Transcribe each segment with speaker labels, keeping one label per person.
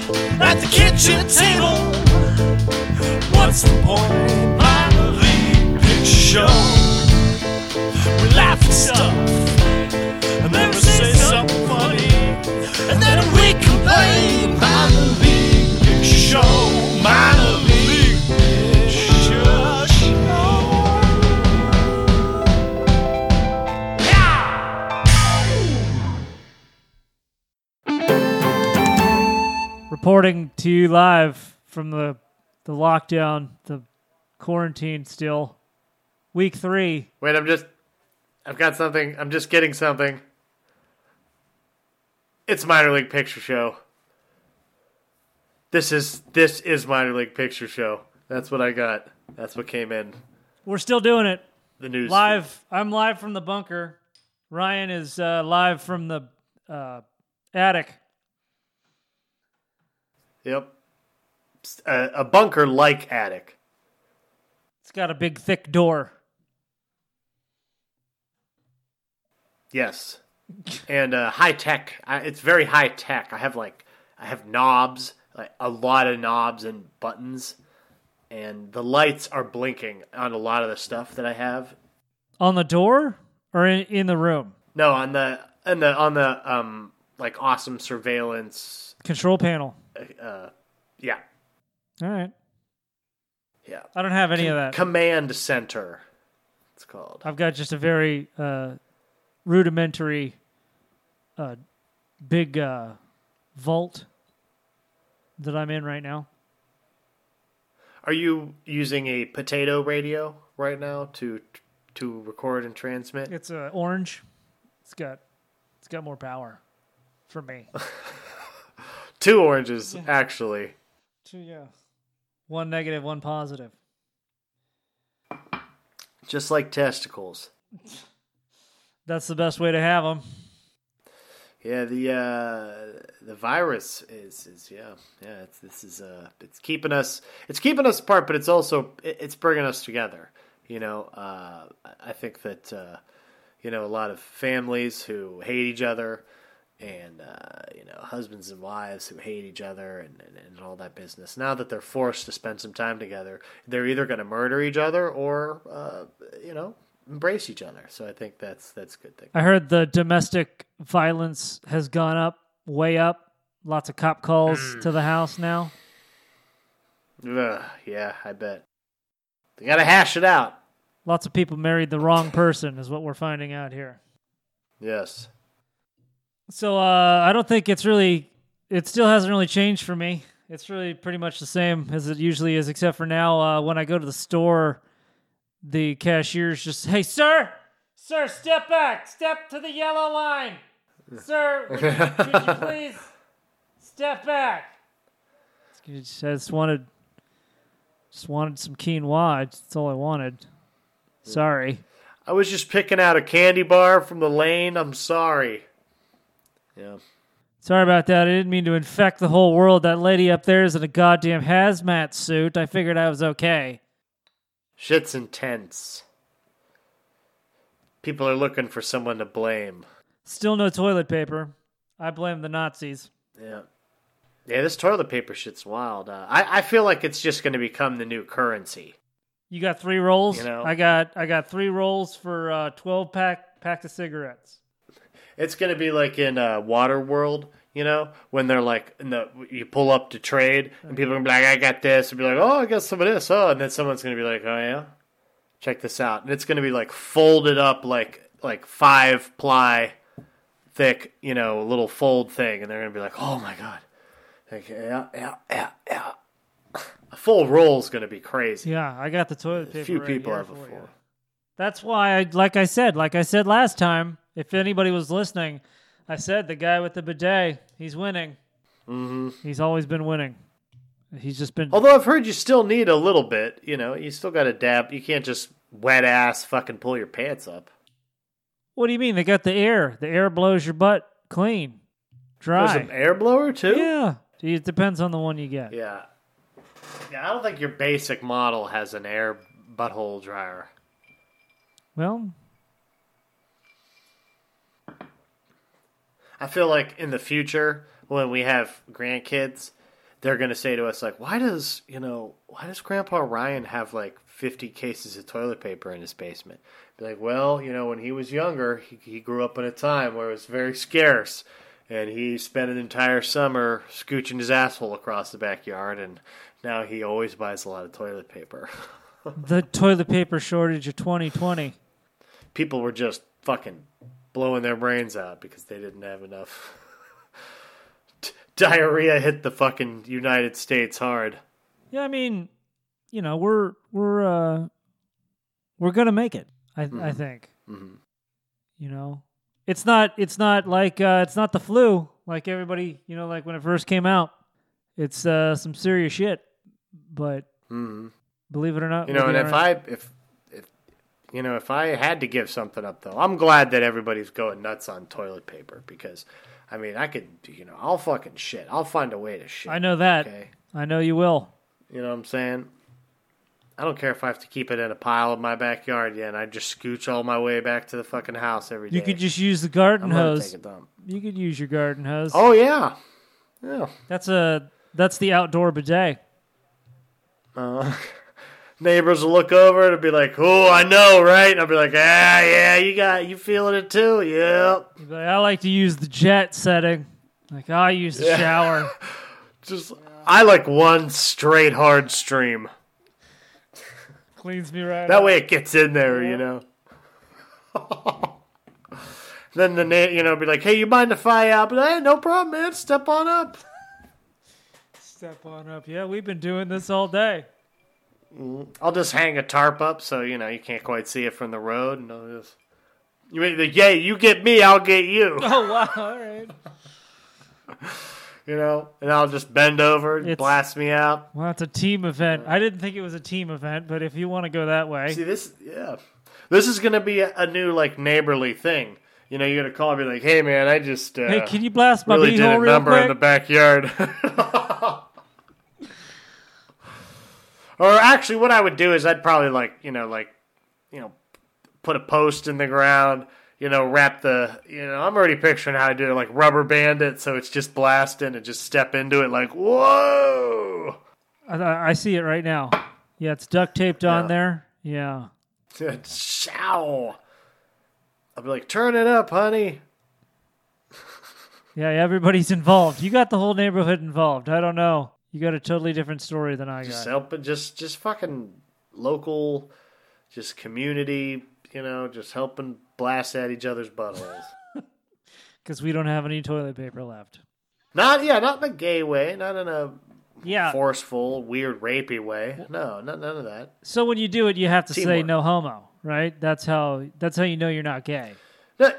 Speaker 1: the kitchen table. What's the point? By the lead show. We laugh at stuff and then we say something funny. And then we complain. Minor league big show. Minor league big show.
Speaker 2: reporting to you live from the the lockdown, the quarantine still. Week three.
Speaker 3: Wait, I'm just. I've got something. I'm just getting something. It's minor league picture show. This is this is minor league picture show. That's what I got. That's what came in
Speaker 2: We're still doing it.
Speaker 3: the news
Speaker 2: Live. I'm live from the bunker. Ryan is uh, live from the uh, attic.
Speaker 3: Yep, S- uh, a, a bunker like attic.
Speaker 2: It's got a big thick door.
Speaker 3: Yes, and uh, high tech. I, it's very high tech. I have like I have knobs, like a lot of knobs and buttons, and the lights are blinking on a lot of the stuff that I have
Speaker 2: On the door or in, in the room?
Speaker 3: No, on the on the on the um like awesome surveillance.
Speaker 2: Control panel.
Speaker 3: Uh, yeah,
Speaker 2: All right.
Speaker 3: yeah.
Speaker 2: I don't have any of that.
Speaker 3: Command center. It's called.
Speaker 2: I've got just a very uh, rudimentary, uh, big uh, vault that I'm in right now.
Speaker 3: Are you using a potato radio right now to to record and transmit?
Speaker 2: It's uh, orange. It's got it's got more power for me.
Speaker 3: Two oranges actually.
Speaker 2: Two, yeah. One negative, one positive.
Speaker 3: Just like testicles.
Speaker 2: That's the best way to have them.
Speaker 3: Yeah, the uh, the virus is is yeah yeah it's this is uh it's keeping us it's keeping us apart, but it's also it- it's bringing us together. You know, uh, I- I think that uh, you know a lot of families who hate each other, and uh, you know husbands and wives who hate each other, and, and and all that business. Now that they're forced to spend some time together, they're either going to murder each other or uh, you know embrace each other. So I think that's that's a good thing.
Speaker 2: I heard the domestic violence has gone up, way up. Lots of cop calls to the house now.
Speaker 3: Ugh, yeah, I bet. They gotta hash it out.
Speaker 2: Lots of people married the wrong person, is what we're finding out here.
Speaker 3: Yes.
Speaker 2: So uh, I don't think it's really. It still hasn't really changed for me. It's really pretty much the same as it usually is, except for now uh, when I go to the store, the cashier's just, "Hey, sir, sir, step back, step to the yellow line, sir. Would you, could you please step back?" I just- I just wanted, just wanted some quinoa. That's all I wanted. Sorry.
Speaker 3: I was just picking out a candy bar from the lane. I'm sorry. Yeah.
Speaker 2: Sorry about that. I didn't mean to infect the whole world. That lady up there is in a goddamn hazmat suit. I figured I was okay.
Speaker 3: Shit's intense. People are looking for someone to blame.
Speaker 2: Still no toilet paper. I blame the Nazis.
Speaker 3: Yeah. Yeah, this toilet paper shit's wild. Uh, I, I feel like it's just going to become the new currency.
Speaker 2: You got three rolls.
Speaker 3: You know.
Speaker 2: I got I got three rolls for uh, twelve pack pack of cigarettes.
Speaker 3: It's gonna be like in uh, Waterworld, you know, when they're like, in the, you pull up to trade, and people are gonna be like, "I got this," and be like, "Oh, I got some of this," oh, and then someone's gonna be like, "Oh yeah, check this out," and it's gonna be like folded up, like like five ply thick, you know, little fold thing, and they're gonna be like, "Oh my god, like yeah, yeah, yeah, yeah." A full roll's gonna be crazy.
Speaker 2: Yeah, I got the toilet paper.
Speaker 3: Few
Speaker 2: right
Speaker 3: people
Speaker 2: here
Speaker 3: have a
Speaker 2: for you.
Speaker 3: full.
Speaker 2: That's why, I, like I said, like I said last time, if anybody was listening, I said the guy with the bidet, he's winning. Mm-hmm. He's always been winning. He's just been
Speaker 3: Although I've heard you still need a little bit, you know, you still got to dab. You can't just wet ass fucking pull your pants up.
Speaker 2: What do you mean? They got the air. The air blows your butt clean,
Speaker 3: There's
Speaker 2: dry.
Speaker 3: an air blower too.
Speaker 2: yeah, it depends on the one you get.
Speaker 3: yeah. Yeah, I don't think your basic model has an air butthole dryer.
Speaker 2: Well,
Speaker 3: I feel like in the future when we have grandkids, they're going to say to us like, why does you know why does Grandpa Ryan have like fifty cases of toilet paper in his basement? Be like, well, you know, when he was younger, he, he grew up in a time where it was very scarce, and he spent an entire summer scooching his asshole across the backyard, and now he always buys a lot of toilet paper.
Speaker 2: The toilet paper shortage of 2020.
Speaker 3: People were just fucking blowing their brains out because they didn't have enough. D- Diarrhea hit the fucking United States hard.
Speaker 2: Yeah, I mean, you know, we're we're uh we're gonna make it. I I think.
Speaker 3: Mhm.
Speaker 2: You know, it's not it's not like uh, it's not the flu like everybody you know like when it first came out. It's uh some serious shit, but
Speaker 3: Mhm.
Speaker 2: believe it or not,
Speaker 3: You know,
Speaker 2: we'll
Speaker 3: and
Speaker 2: be
Speaker 3: if
Speaker 2: all right.
Speaker 3: I if if you know if I had to give something up though, I'm glad that everybody's going nuts on toilet paper because, I mean, I could you know I'll fucking shit. I'll find a way to shit.
Speaker 2: I know that
Speaker 3: Okay.
Speaker 2: I know you will.
Speaker 3: You know what I'm saying? I don't care if I have to keep it in a pile in my backyard, yeah, and I just scooch all my way back to the fucking house every day.
Speaker 2: You could just use the garden
Speaker 3: I'm gonna
Speaker 2: hose.
Speaker 3: take a dump.
Speaker 2: You could use your garden hose.
Speaker 3: Oh yeah, yeah.
Speaker 2: That's a that's the outdoor bidet.
Speaker 3: Uh, neighbors will look over and be like, "Oh, I know, right?" And I'll be like, "Ah, yeah, you got, you feeling it too? Yep."
Speaker 2: You'd be like, I like to use the jet setting. Like I use the shower.
Speaker 3: Just, I like one straight hard stream.
Speaker 2: Cleans me right.
Speaker 3: That
Speaker 2: up.
Speaker 3: way, it gets in there, you know. then the na- you know be like, "Hey, you mind if I?" Uh, but hey, no problem, man. Step on up.
Speaker 2: Step on up. Yeah, we've been doing this all day.
Speaker 3: I'll just hang a tarp up so you know you can't quite see it from the road, and I'll just. You mean like, yay? You get me, I'll get you.
Speaker 2: Oh wow! All right.
Speaker 3: You know, and I'll just bend over and
Speaker 2: It's-
Speaker 3: blast me out.
Speaker 2: Well, it's a team event. I didn't think it was a team event, but if you want to go that way,
Speaker 3: See this? Yeah, this is gonna be a, a new like neighborly thing. You know, you're gonna call and be like, "Hey, man, I just uh,
Speaker 2: hey, can you blast my
Speaker 3: really did a
Speaker 2: beehole real
Speaker 3: number
Speaker 2: quick?
Speaker 3: in the backyard." or actually, what I would do is I'd probably like you know like you know put a post in the ground. You know, wrap the. You know, I'm already picturing how I do it, like rubber band it, so it's just blasting, and just step into it, like whoa.
Speaker 2: I, I- I see it right now. Yeah, it's duct taped on
Speaker 3: Yeah.
Speaker 2: there. Yeah.
Speaker 3: Show. I'll be like, turn it up, honey.
Speaker 2: Yeah, everybody's involved. You got the whole neighborhood involved. I don't know. You got a totally different story than I
Speaker 3: Just
Speaker 2: got.
Speaker 3: help, but just just fucking local, just community. You know, just helping blast at each other's buttholes.
Speaker 2: Because we don't have any toilet paper left.
Speaker 3: not yeah, not in a gay way, not in a
Speaker 2: Yeah.
Speaker 3: forceful, weird, rapey way. No, not, none of that.
Speaker 2: so when you do it, you have to say
Speaker 3: Teamwork.
Speaker 2: no homo, right? That's how. That's how you know you're not gay.
Speaker 3: No,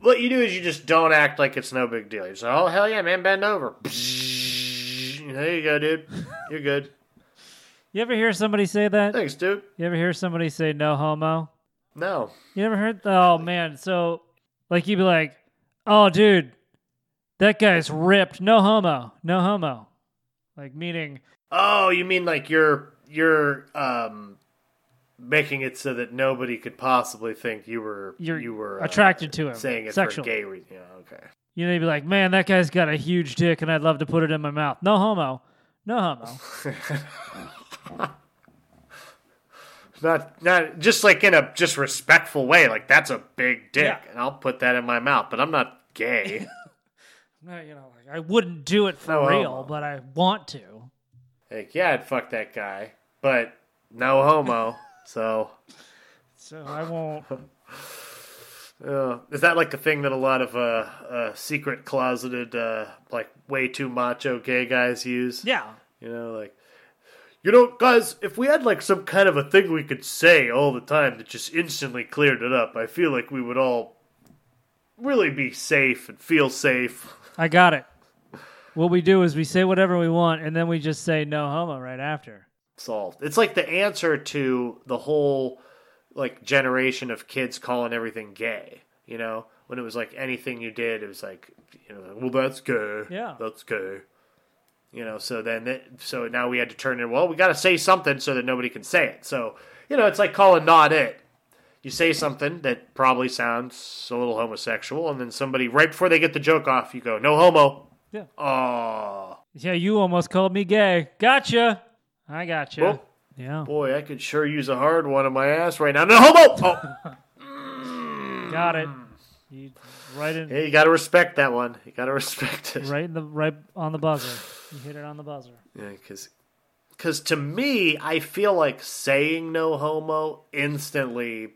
Speaker 3: what you do is you just don't act like it's no big deal. You say, "Oh hell yeah, man, bend over." There you go, dude. You're good.
Speaker 2: You ever hear somebody say that?
Speaker 3: Thanks, dude.
Speaker 2: You ever hear somebody say no homo?
Speaker 3: No,
Speaker 2: You ever heard? Oh man, so like you'd be like, "Oh dude, that guy's ripped. No homo. No homo." Like meaning,
Speaker 3: Oh, you mean like you're you're um making it so that nobody could possibly think you were
Speaker 2: You're
Speaker 3: you were uh,
Speaker 2: attracted to him
Speaker 3: saying it
Speaker 2: sexually.
Speaker 3: for gay reason. Yeah, okay.
Speaker 2: you know, you'd be like, "Man, that guy's got a huge dick, and I'd love to put it in my mouth. No homo. No homo."
Speaker 3: Not not just like in a just respectful way, like that's a big dick and I'll put that in my mouth, but I'm not gay.
Speaker 2: no, you know, like I wouldn't do it for
Speaker 3: No
Speaker 2: real,
Speaker 3: homo.
Speaker 2: but I want to.
Speaker 3: like, yeah, I'd fuck that guy, but no homo. So
Speaker 2: So I won't.
Speaker 3: Uh, is that like the thing that a lot of uh, uh, secret closeted, uh, like way too macho gay guys use?
Speaker 2: yeah.
Speaker 3: You know, like, you know, guys, if we had like some kind of a thing we could say all the time that just instantly cleared it up, I feel like we would all really be safe and feel safe.
Speaker 2: I got it. What we do is we say whatever we want, and then we just say no homo right after.
Speaker 3: Solved. It's like the answer to the whole like generation of kids calling everything gay. You know, when it was like anything you did, it was like, you know, well, that's gay.
Speaker 2: Yeah.
Speaker 3: that's gay. You know, so then that, so now we had to turn in. Well, we got to say something so that nobody can say it. So you know, it's like calling not it. You say something that probably sounds a little homosexual, and then somebody right before they get the joke off, you go, "No homo."
Speaker 2: Yeah.
Speaker 3: Oh,
Speaker 2: Yeah, you almost called me gay. Gotcha. I gotcha.
Speaker 3: Oh.
Speaker 2: yeah.
Speaker 3: Boy, I could sure use a hard one on my ass right now. No homo. Oh,
Speaker 2: Got it. You right in
Speaker 3: yeah, you got to respect that one. You got to respect it.
Speaker 2: right in the right on the buzzer. You hit it on the buzzer.
Speaker 3: Yeah, because to me, I feel like saying no homo instantly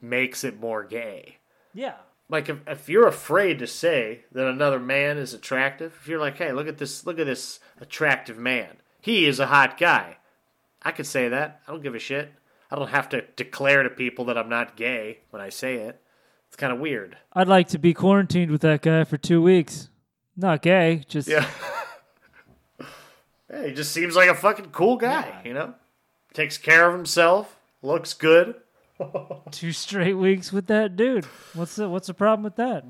Speaker 3: makes it more gay.
Speaker 2: Yeah.
Speaker 3: Like if, if you're afraid to say that another man is attractive, if you're like, hey, look at this, look at this attractive man. He is a hot guy. I could say that. I don't give a shit. I don't have to declare to people that I'm not gay when I say it. It's kind of weird.
Speaker 2: I'd like to be quarantined with that guy for two weeks. Not gay, just
Speaker 3: Yeah. yeah, he just seems like a fucking cool guy, you know? Takes care of himself, looks good.
Speaker 2: two straight weeks with that dude. What's the what's the problem with that?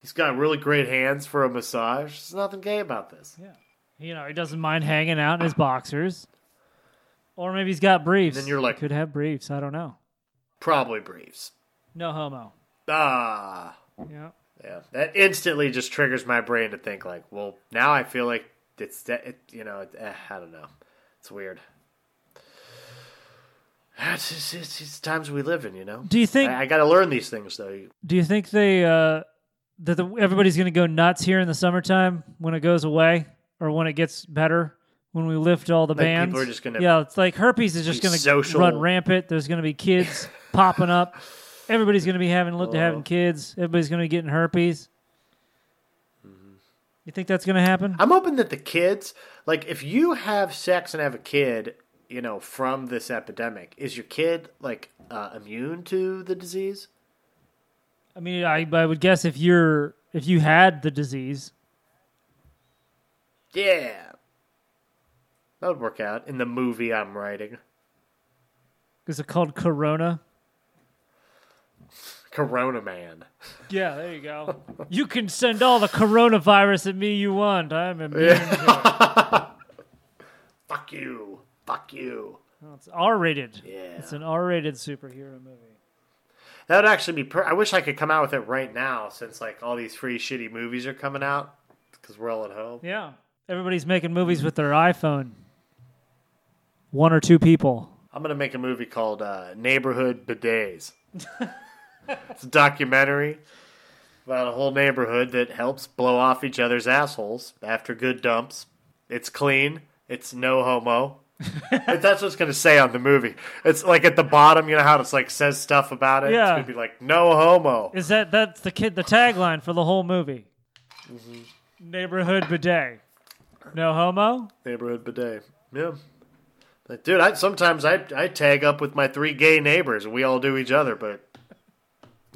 Speaker 3: He's got really great hands for a massage. There's nothing gay about this.
Speaker 2: You know, he doesn't mind hanging out in his boxers. Or maybe he's got briefs.
Speaker 3: Then you're like-
Speaker 2: He could have briefs. I don't know.
Speaker 3: Probably briefs.
Speaker 2: No homo.
Speaker 3: Ah.
Speaker 2: Yeah.
Speaker 3: Yeah. That instantly just triggers my brain to think like, well, now I feel like it's that it, you know, it, eh, I don't know. It's weird. It's, it's, it's, it's times we live in, you know.
Speaker 2: Do you think
Speaker 3: I, I got to learn these things though.
Speaker 2: Do you think they uh, that the, everybody's going to go nuts here in the summertime when it goes away or when it gets better when we lift all the
Speaker 3: people
Speaker 2: bands?
Speaker 3: are just gonna
Speaker 2: yeah, it's like herpes is just
Speaker 3: be
Speaker 2: going to
Speaker 3: social.
Speaker 2: run rampant. There's going to be kids popping up. Everybody's going to be having looked having kids. Everybody's going to be getting herpes.
Speaker 3: Mm-hmm.
Speaker 2: You think that's going to happen?
Speaker 3: I'm hoping that the kids, like, if you have sex and have a kid, you know, from this epidemic, is your kid like uh, immune to the disease?
Speaker 2: I mean, I I would guess if you're if you had the disease,
Speaker 3: Yeah, that would work out in the movie I'm writing.
Speaker 2: is it called corona?
Speaker 3: Corona Man.
Speaker 2: Yeah, there you go. you can send all the coronavirus at me you want. I'm immune.
Speaker 3: Fuck you. Fuck you.
Speaker 2: Well, It's R-rated.
Speaker 3: Yeah.
Speaker 2: It's an R-rated superhero movie.
Speaker 3: That would actually be. Per- I wish I could come out with it right now, since like all these free shitty movies are coming out because we're all at home.
Speaker 2: Yeah. Everybody's making movies with their iPhone. One or two people.
Speaker 3: I'm gonna make a movie called uh, Neighborhood Bidets. it's a documentary about a whole neighborhood that helps blow off each other's assholes after good dumps. It's clean. It's no homo. That's what it's gonna say on the movie. It's like at the bottom, you know how it's like says stuff about it. It's
Speaker 2: Yeah.
Speaker 3: gonna be like no homo.
Speaker 2: Is that that's the kid the tagline for the whole movie? Neighborhood bidet. No homo.
Speaker 3: Neighborhood bidet. Yeah. Like, dude, I sometimes I I tag up with my three gay neighbors. We all do each other, but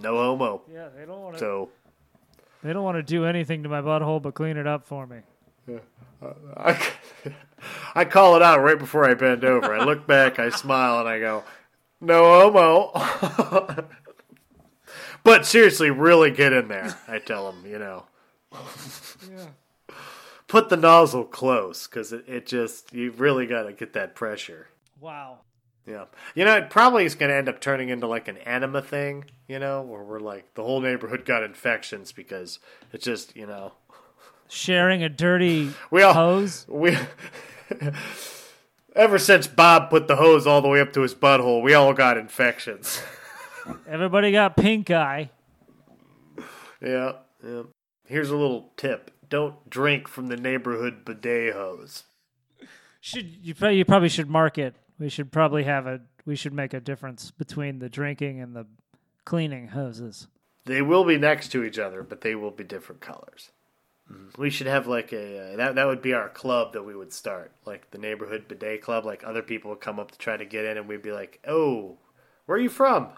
Speaker 3: no homo.
Speaker 2: Yeah, they don't want to.
Speaker 3: So.
Speaker 2: They don't want to do anything to my butthole but clean it up for me.
Speaker 3: I, I call it out right before I bend over. I look back, I smile, and I go, "No homo." but seriously, really get in there. I tell them, you know. Put the nozzle close because it, it just you really got to get that pressure.
Speaker 2: Wow.
Speaker 3: Yeah, you know it probably is going to end up turning into like an anima thing, you know, where we're like the whole neighborhood got infections because it's just you know
Speaker 2: Sharing a dirty
Speaker 3: we all
Speaker 2: hose.
Speaker 3: we ever since Bob put the hose all the way up to his butthole, we all got infections.
Speaker 2: Everybody got pink eye.
Speaker 3: yeah, yeah. Here's a little tip: don't drink from the neighborhood bidet hose.
Speaker 2: Should you prob- you probably should mark it. We should probably have a we should make a difference between the drinking and the cleaning hoses.
Speaker 3: They will be next to each other, but they will be different colors. We should have like a uh, that that would be our club that we would start, like the neighborhood bidet club. Like other people would come up to try to get in, and we'd be like, "Oh, where are you from?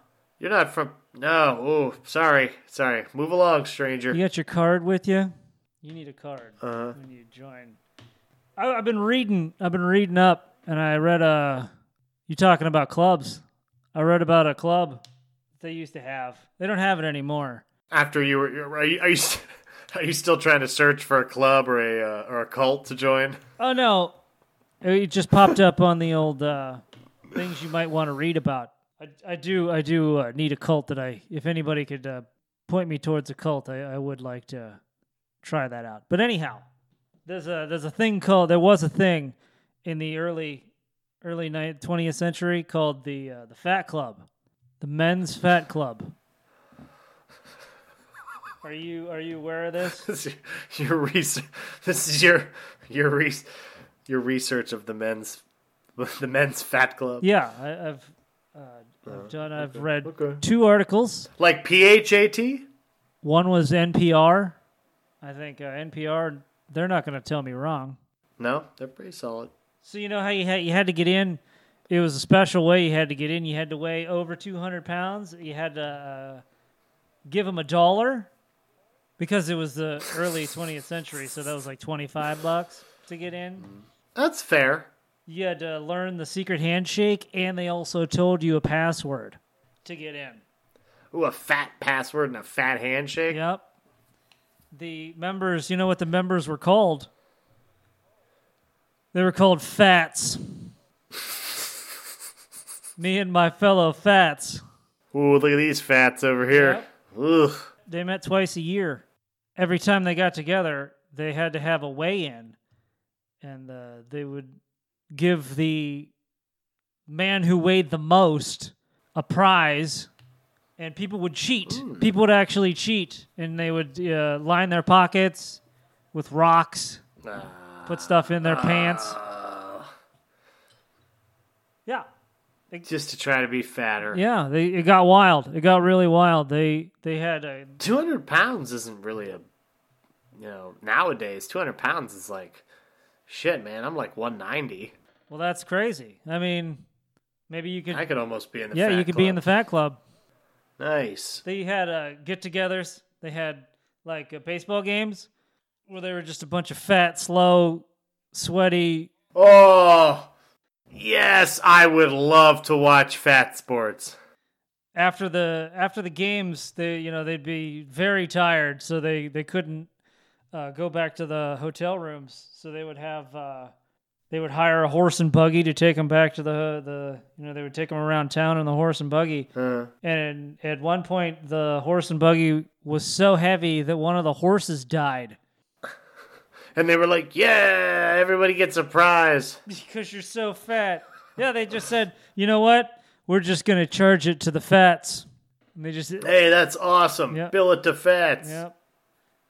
Speaker 3: You're not from? No, oh, sorry, sorry. Move along, stranger."
Speaker 2: You got your card with you? You need a card when you join. I, I've been reading. I've been reading up, and I read uh You talking about clubs? I read about a club they used to have. They don't have it anymore.
Speaker 3: after you were are you, are you st- are you still trying to search for a club or a uh, or a cult to join?
Speaker 2: Oh no, it just popped up on the old uh, things you might want to read about. I, I do I do uh, need a cult that I if anybody could uh, point me towards a cult I, I would like to try that out. But anyhow, There's a there's a thing called there was a thing in the early early twentieth century called the uh, the Fat Club, the Men's Fat Club. Are you are you aware of this?
Speaker 3: This is your research. This is your your re- your research of the men's the men's fat club.
Speaker 2: Yeah, I, I've uh, I've done. I've read
Speaker 3: okay.
Speaker 2: two articles.
Speaker 3: Like PHAT.
Speaker 2: One was NPR. I think uh, NPR. They're not going to tell me wrong.
Speaker 3: No, they're pretty solid.
Speaker 2: So you know how you had you had to get in. It was a special way you had to get in. You had to weigh over two hundred pounds. You had to uh, give them a dollar because it was the early twentieth century. So that was like twenty five bucks to get in.
Speaker 3: Mm-hmm. That's fair.
Speaker 2: You had to learn the secret handshake, and they also told you a password to get in.
Speaker 3: Ooh, a fat password and a fat handshake.
Speaker 2: Yep. The members, you know what the members were called? They were called Fats. Me and my fellow Fats.
Speaker 3: Ooh, look at these fats over here. Ugh.
Speaker 2: They met twice a year. Every time they got together, they had to have a weigh in, and uh, they would give the man who weighed the most a prize. And people would cheat. People would actually cheat, and they would uh, line their pockets with rocks, put stuff in their pants. Yeah.
Speaker 3: Just to try to be fatter.
Speaker 2: Yeah, they it got wild. It got really wild. They they had a
Speaker 3: 200 pounds isn't really a, you know, nowadays, 200 pounds is like, shit, man, I'm like 190.
Speaker 2: well. That's crazy. I mean, maybe you could.
Speaker 3: I could almost be in the
Speaker 2: yeah,
Speaker 3: fat
Speaker 2: you could be in the
Speaker 3: club.
Speaker 2: fat club.
Speaker 3: Nice.
Speaker 2: They had uh, get-togethers. They had like uh, baseball games where they were just a bunch of fat, slow, sweaty.
Speaker 3: Oh, yes, I would love to watch fat sports.
Speaker 2: After the after the games, they you know they'd be very tired, so they they couldn't uh, go back to the hotel rooms. So they would have uh, they would hire a horse and buggy to take them back to the the you know they would take them around town in the horse and buggy.
Speaker 3: Uh,
Speaker 2: And at one point, the horse and buggy was so heavy that one of the horses died.
Speaker 3: and they were like, yeah, everybody gets a prize.
Speaker 2: Because you're so fat. Yeah, they just said, you know what? We're just going to charge it to the fats. And they just,
Speaker 3: Hey, that's awesome.
Speaker 2: Yep.
Speaker 3: Bill it to fats.
Speaker 2: yep.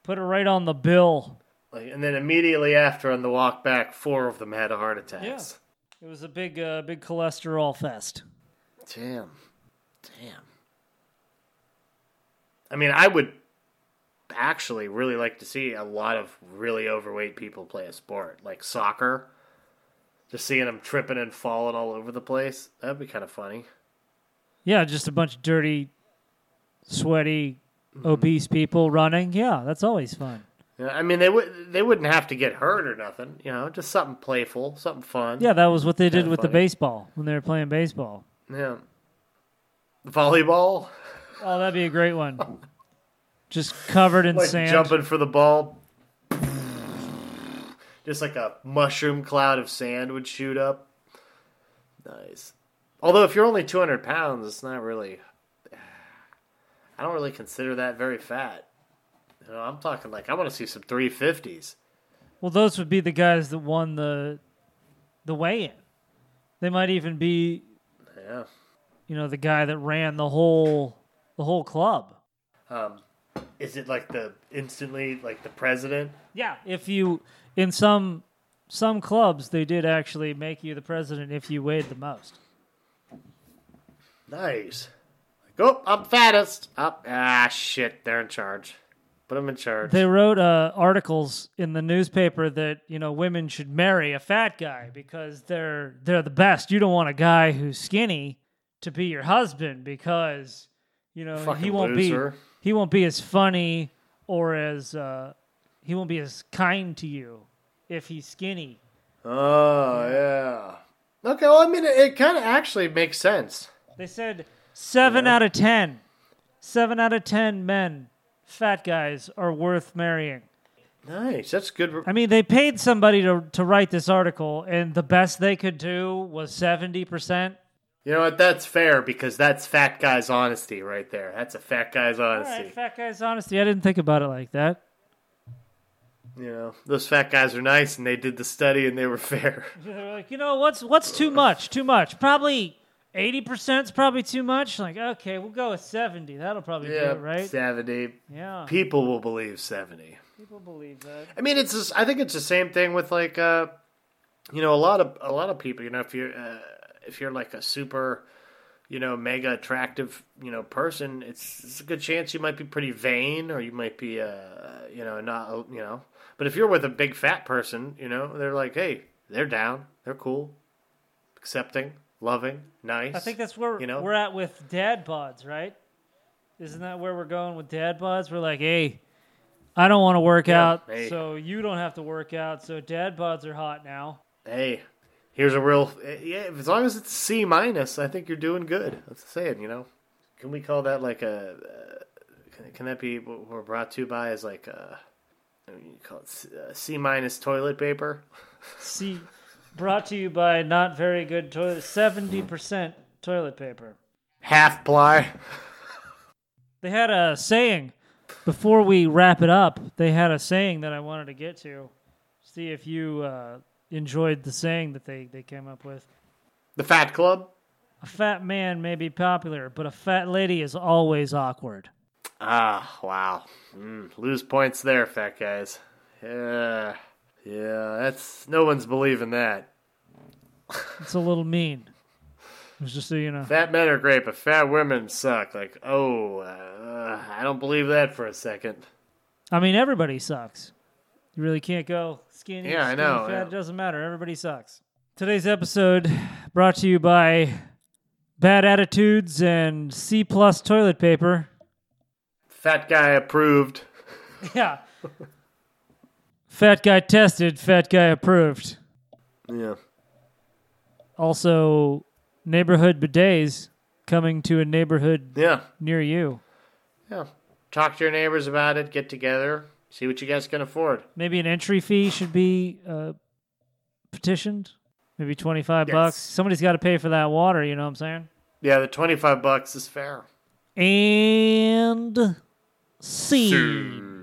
Speaker 2: Put it right on the bill.
Speaker 3: Like, and then immediately after on the walk back, four of them had heart attacks.
Speaker 2: It was a big, uh, big cholesterol fest.
Speaker 3: Damn. Damn. I mean, I would actually really like to see a lot of really overweight people play a sport, like soccer. Just seeing them tripping and falling all over the place. That'd be kind of funny.
Speaker 2: Yeah, just a bunch of dirty, sweaty,
Speaker 3: Mm-hmm.
Speaker 2: obese people running. Yeah, that's always fun.
Speaker 3: Yeah, I mean, they would they wouldn't have to get hurt or nothing, you know, just something playful, something fun.
Speaker 2: Yeah, that was what they did
Speaker 3: Kinda
Speaker 2: with the
Speaker 3: funny.
Speaker 2: baseball when they were playing baseball.
Speaker 3: Yeah. Volleyball,
Speaker 2: Oh, that'd be a great one. Just covered in
Speaker 3: like
Speaker 2: sand.
Speaker 3: jumping for the ball. Just like a mushroom cloud of sand would shoot up. Nice. Although if you're only 200 pounds, it's not really. I don't really consider that very fat. You know, I'm talking like I want to see some 350s.
Speaker 2: Well, those would be the guys that won the the weigh-in. They might even be,
Speaker 3: Yeah.
Speaker 2: you know, the guy that ran the whole the whole club.
Speaker 3: Um, is it like the instantly like the president?
Speaker 2: Yeah, if you in some some clubs they did actually make you the president if you weighed the most.
Speaker 3: Nice. Like, oh, I'm fattest. Up. Ah, shit. They're in charge. Put them in charge.
Speaker 2: They wrote uh, articles in the newspaper that you know women should marry a fat guy because they're they're the best. You don't want a guy who's skinny to be your husband because you know he
Speaker 3: Fucking
Speaker 2: won't
Speaker 3: loser.
Speaker 2: be he won't be as funny or as uh, he won't be as kind to you if he's skinny.
Speaker 3: Oh yeah. Okay. Well, I mean, it, it kind of actually makes sense.
Speaker 2: They said seven out of ten, seven out of ten men, fat guys are worth marrying.
Speaker 3: Nice. That's good. re-
Speaker 2: I mean, they paid somebody to, to write this article, and the best they could do was 70%.
Speaker 3: You know what? That's fair because that's fat guy's honesty right there. That's a fat guy's
Speaker 2: All right,
Speaker 3: honesty.
Speaker 2: fat guy's honesty. I didn't think about it like that.
Speaker 3: You know, those fat guys are nice, and they did the study, and they were fair.
Speaker 2: They're like, you know, what's what's too much? Too much. Probably eighty percent's probably too much. Like, okay, we'll go with seventy. That'll probably do it, right? Uh-huh.
Speaker 3: seventy
Speaker 2: Yeah.
Speaker 3: people will believe seventy.
Speaker 2: People believe
Speaker 3: I
Speaker 2: that.
Speaker 3: mean, it's just, I think it's the same thing with like uh, you know, a lot of a lot of people. You know, if you're uh, if you're like a super, you know, mega attractive, you know, person, it's, it's a good chance you might be pretty vain, or you might be uh, you know, not uh, you know. But if you're with a big fat person, you know, they're like, hey, they're down, they're cool, accepting, loving, nice.
Speaker 2: I think that's where
Speaker 3: You know?
Speaker 2: we're at with dad bods, right? Isn't that where we're going with dad bods? We're like, hey, I don't want to work
Speaker 3: Yeah,
Speaker 2: out,
Speaker 3: hey.
Speaker 2: so you don't have to work out. So dad bods are hot now.
Speaker 3: hey, here's a real yeah. As long as it's C minus, I think you're doing good. That's the saying, you know. Can we call that like a? Uh, can, can that be what we're brought to by as like a? I mean, you call it C- uh, C minus toilet paper.
Speaker 2: See, brought to you by not very good toilet, seventy percent toilet paper.
Speaker 3: Half ply.
Speaker 2: They had a saying before we wrap it up. They had a saying that I wanted to get to. See if you uh, enjoyed the saying that they, they came up with.
Speaker 3: The Fat Club.
Speaker 2: A fat man may be popular, but a fat lady is always awkward.
Speaker 3: Ah, wow. Mm, lose points there, fat guys. Yeah, yeah. That's no one's believing that.
Speaker 2: It's a little mean. It's just so you know.
Speaker 3: Fat men are great, but fat women suck. Like, oh, uh, I don't believe that for a second.
Speaker 2: I mean, everybody sucks. You really can't go skinny.
Speaker 3: Yeah, I
Speaker 2: skinny,
Speaker 3: know,
Speaker 2: Fat,
Speaker 3: yeah.
Speaker 2: It doesn't matter. Everybody sucks. Today's episode brought to you by Bad Attitudes and C Plus Toilet Paper.
Speaker 3: Fat guy approved.
Speaker 2: Yeah. fat guy tested, fat guy approved.
Speaker 3: Yeah.
Speaker 2: Also, neighborhood bidets coming to a neighborhood
Speaker 3: Yeah.
Speaker 2: near you.
Speaker 3: Yeah. Talk to your neighbors about it. Get together. See what you guys can afford.
Speaker 2: Maybe an entry fee should be uh, petitioned. Maybe 25
Speaker 3: Yes.
Speaker 2: bucks. Somebody's got to pay for that water, you know what I'm
Speaker 3: Yeah, the 25 bucks is fair.
Speaker 2: saying? And scene.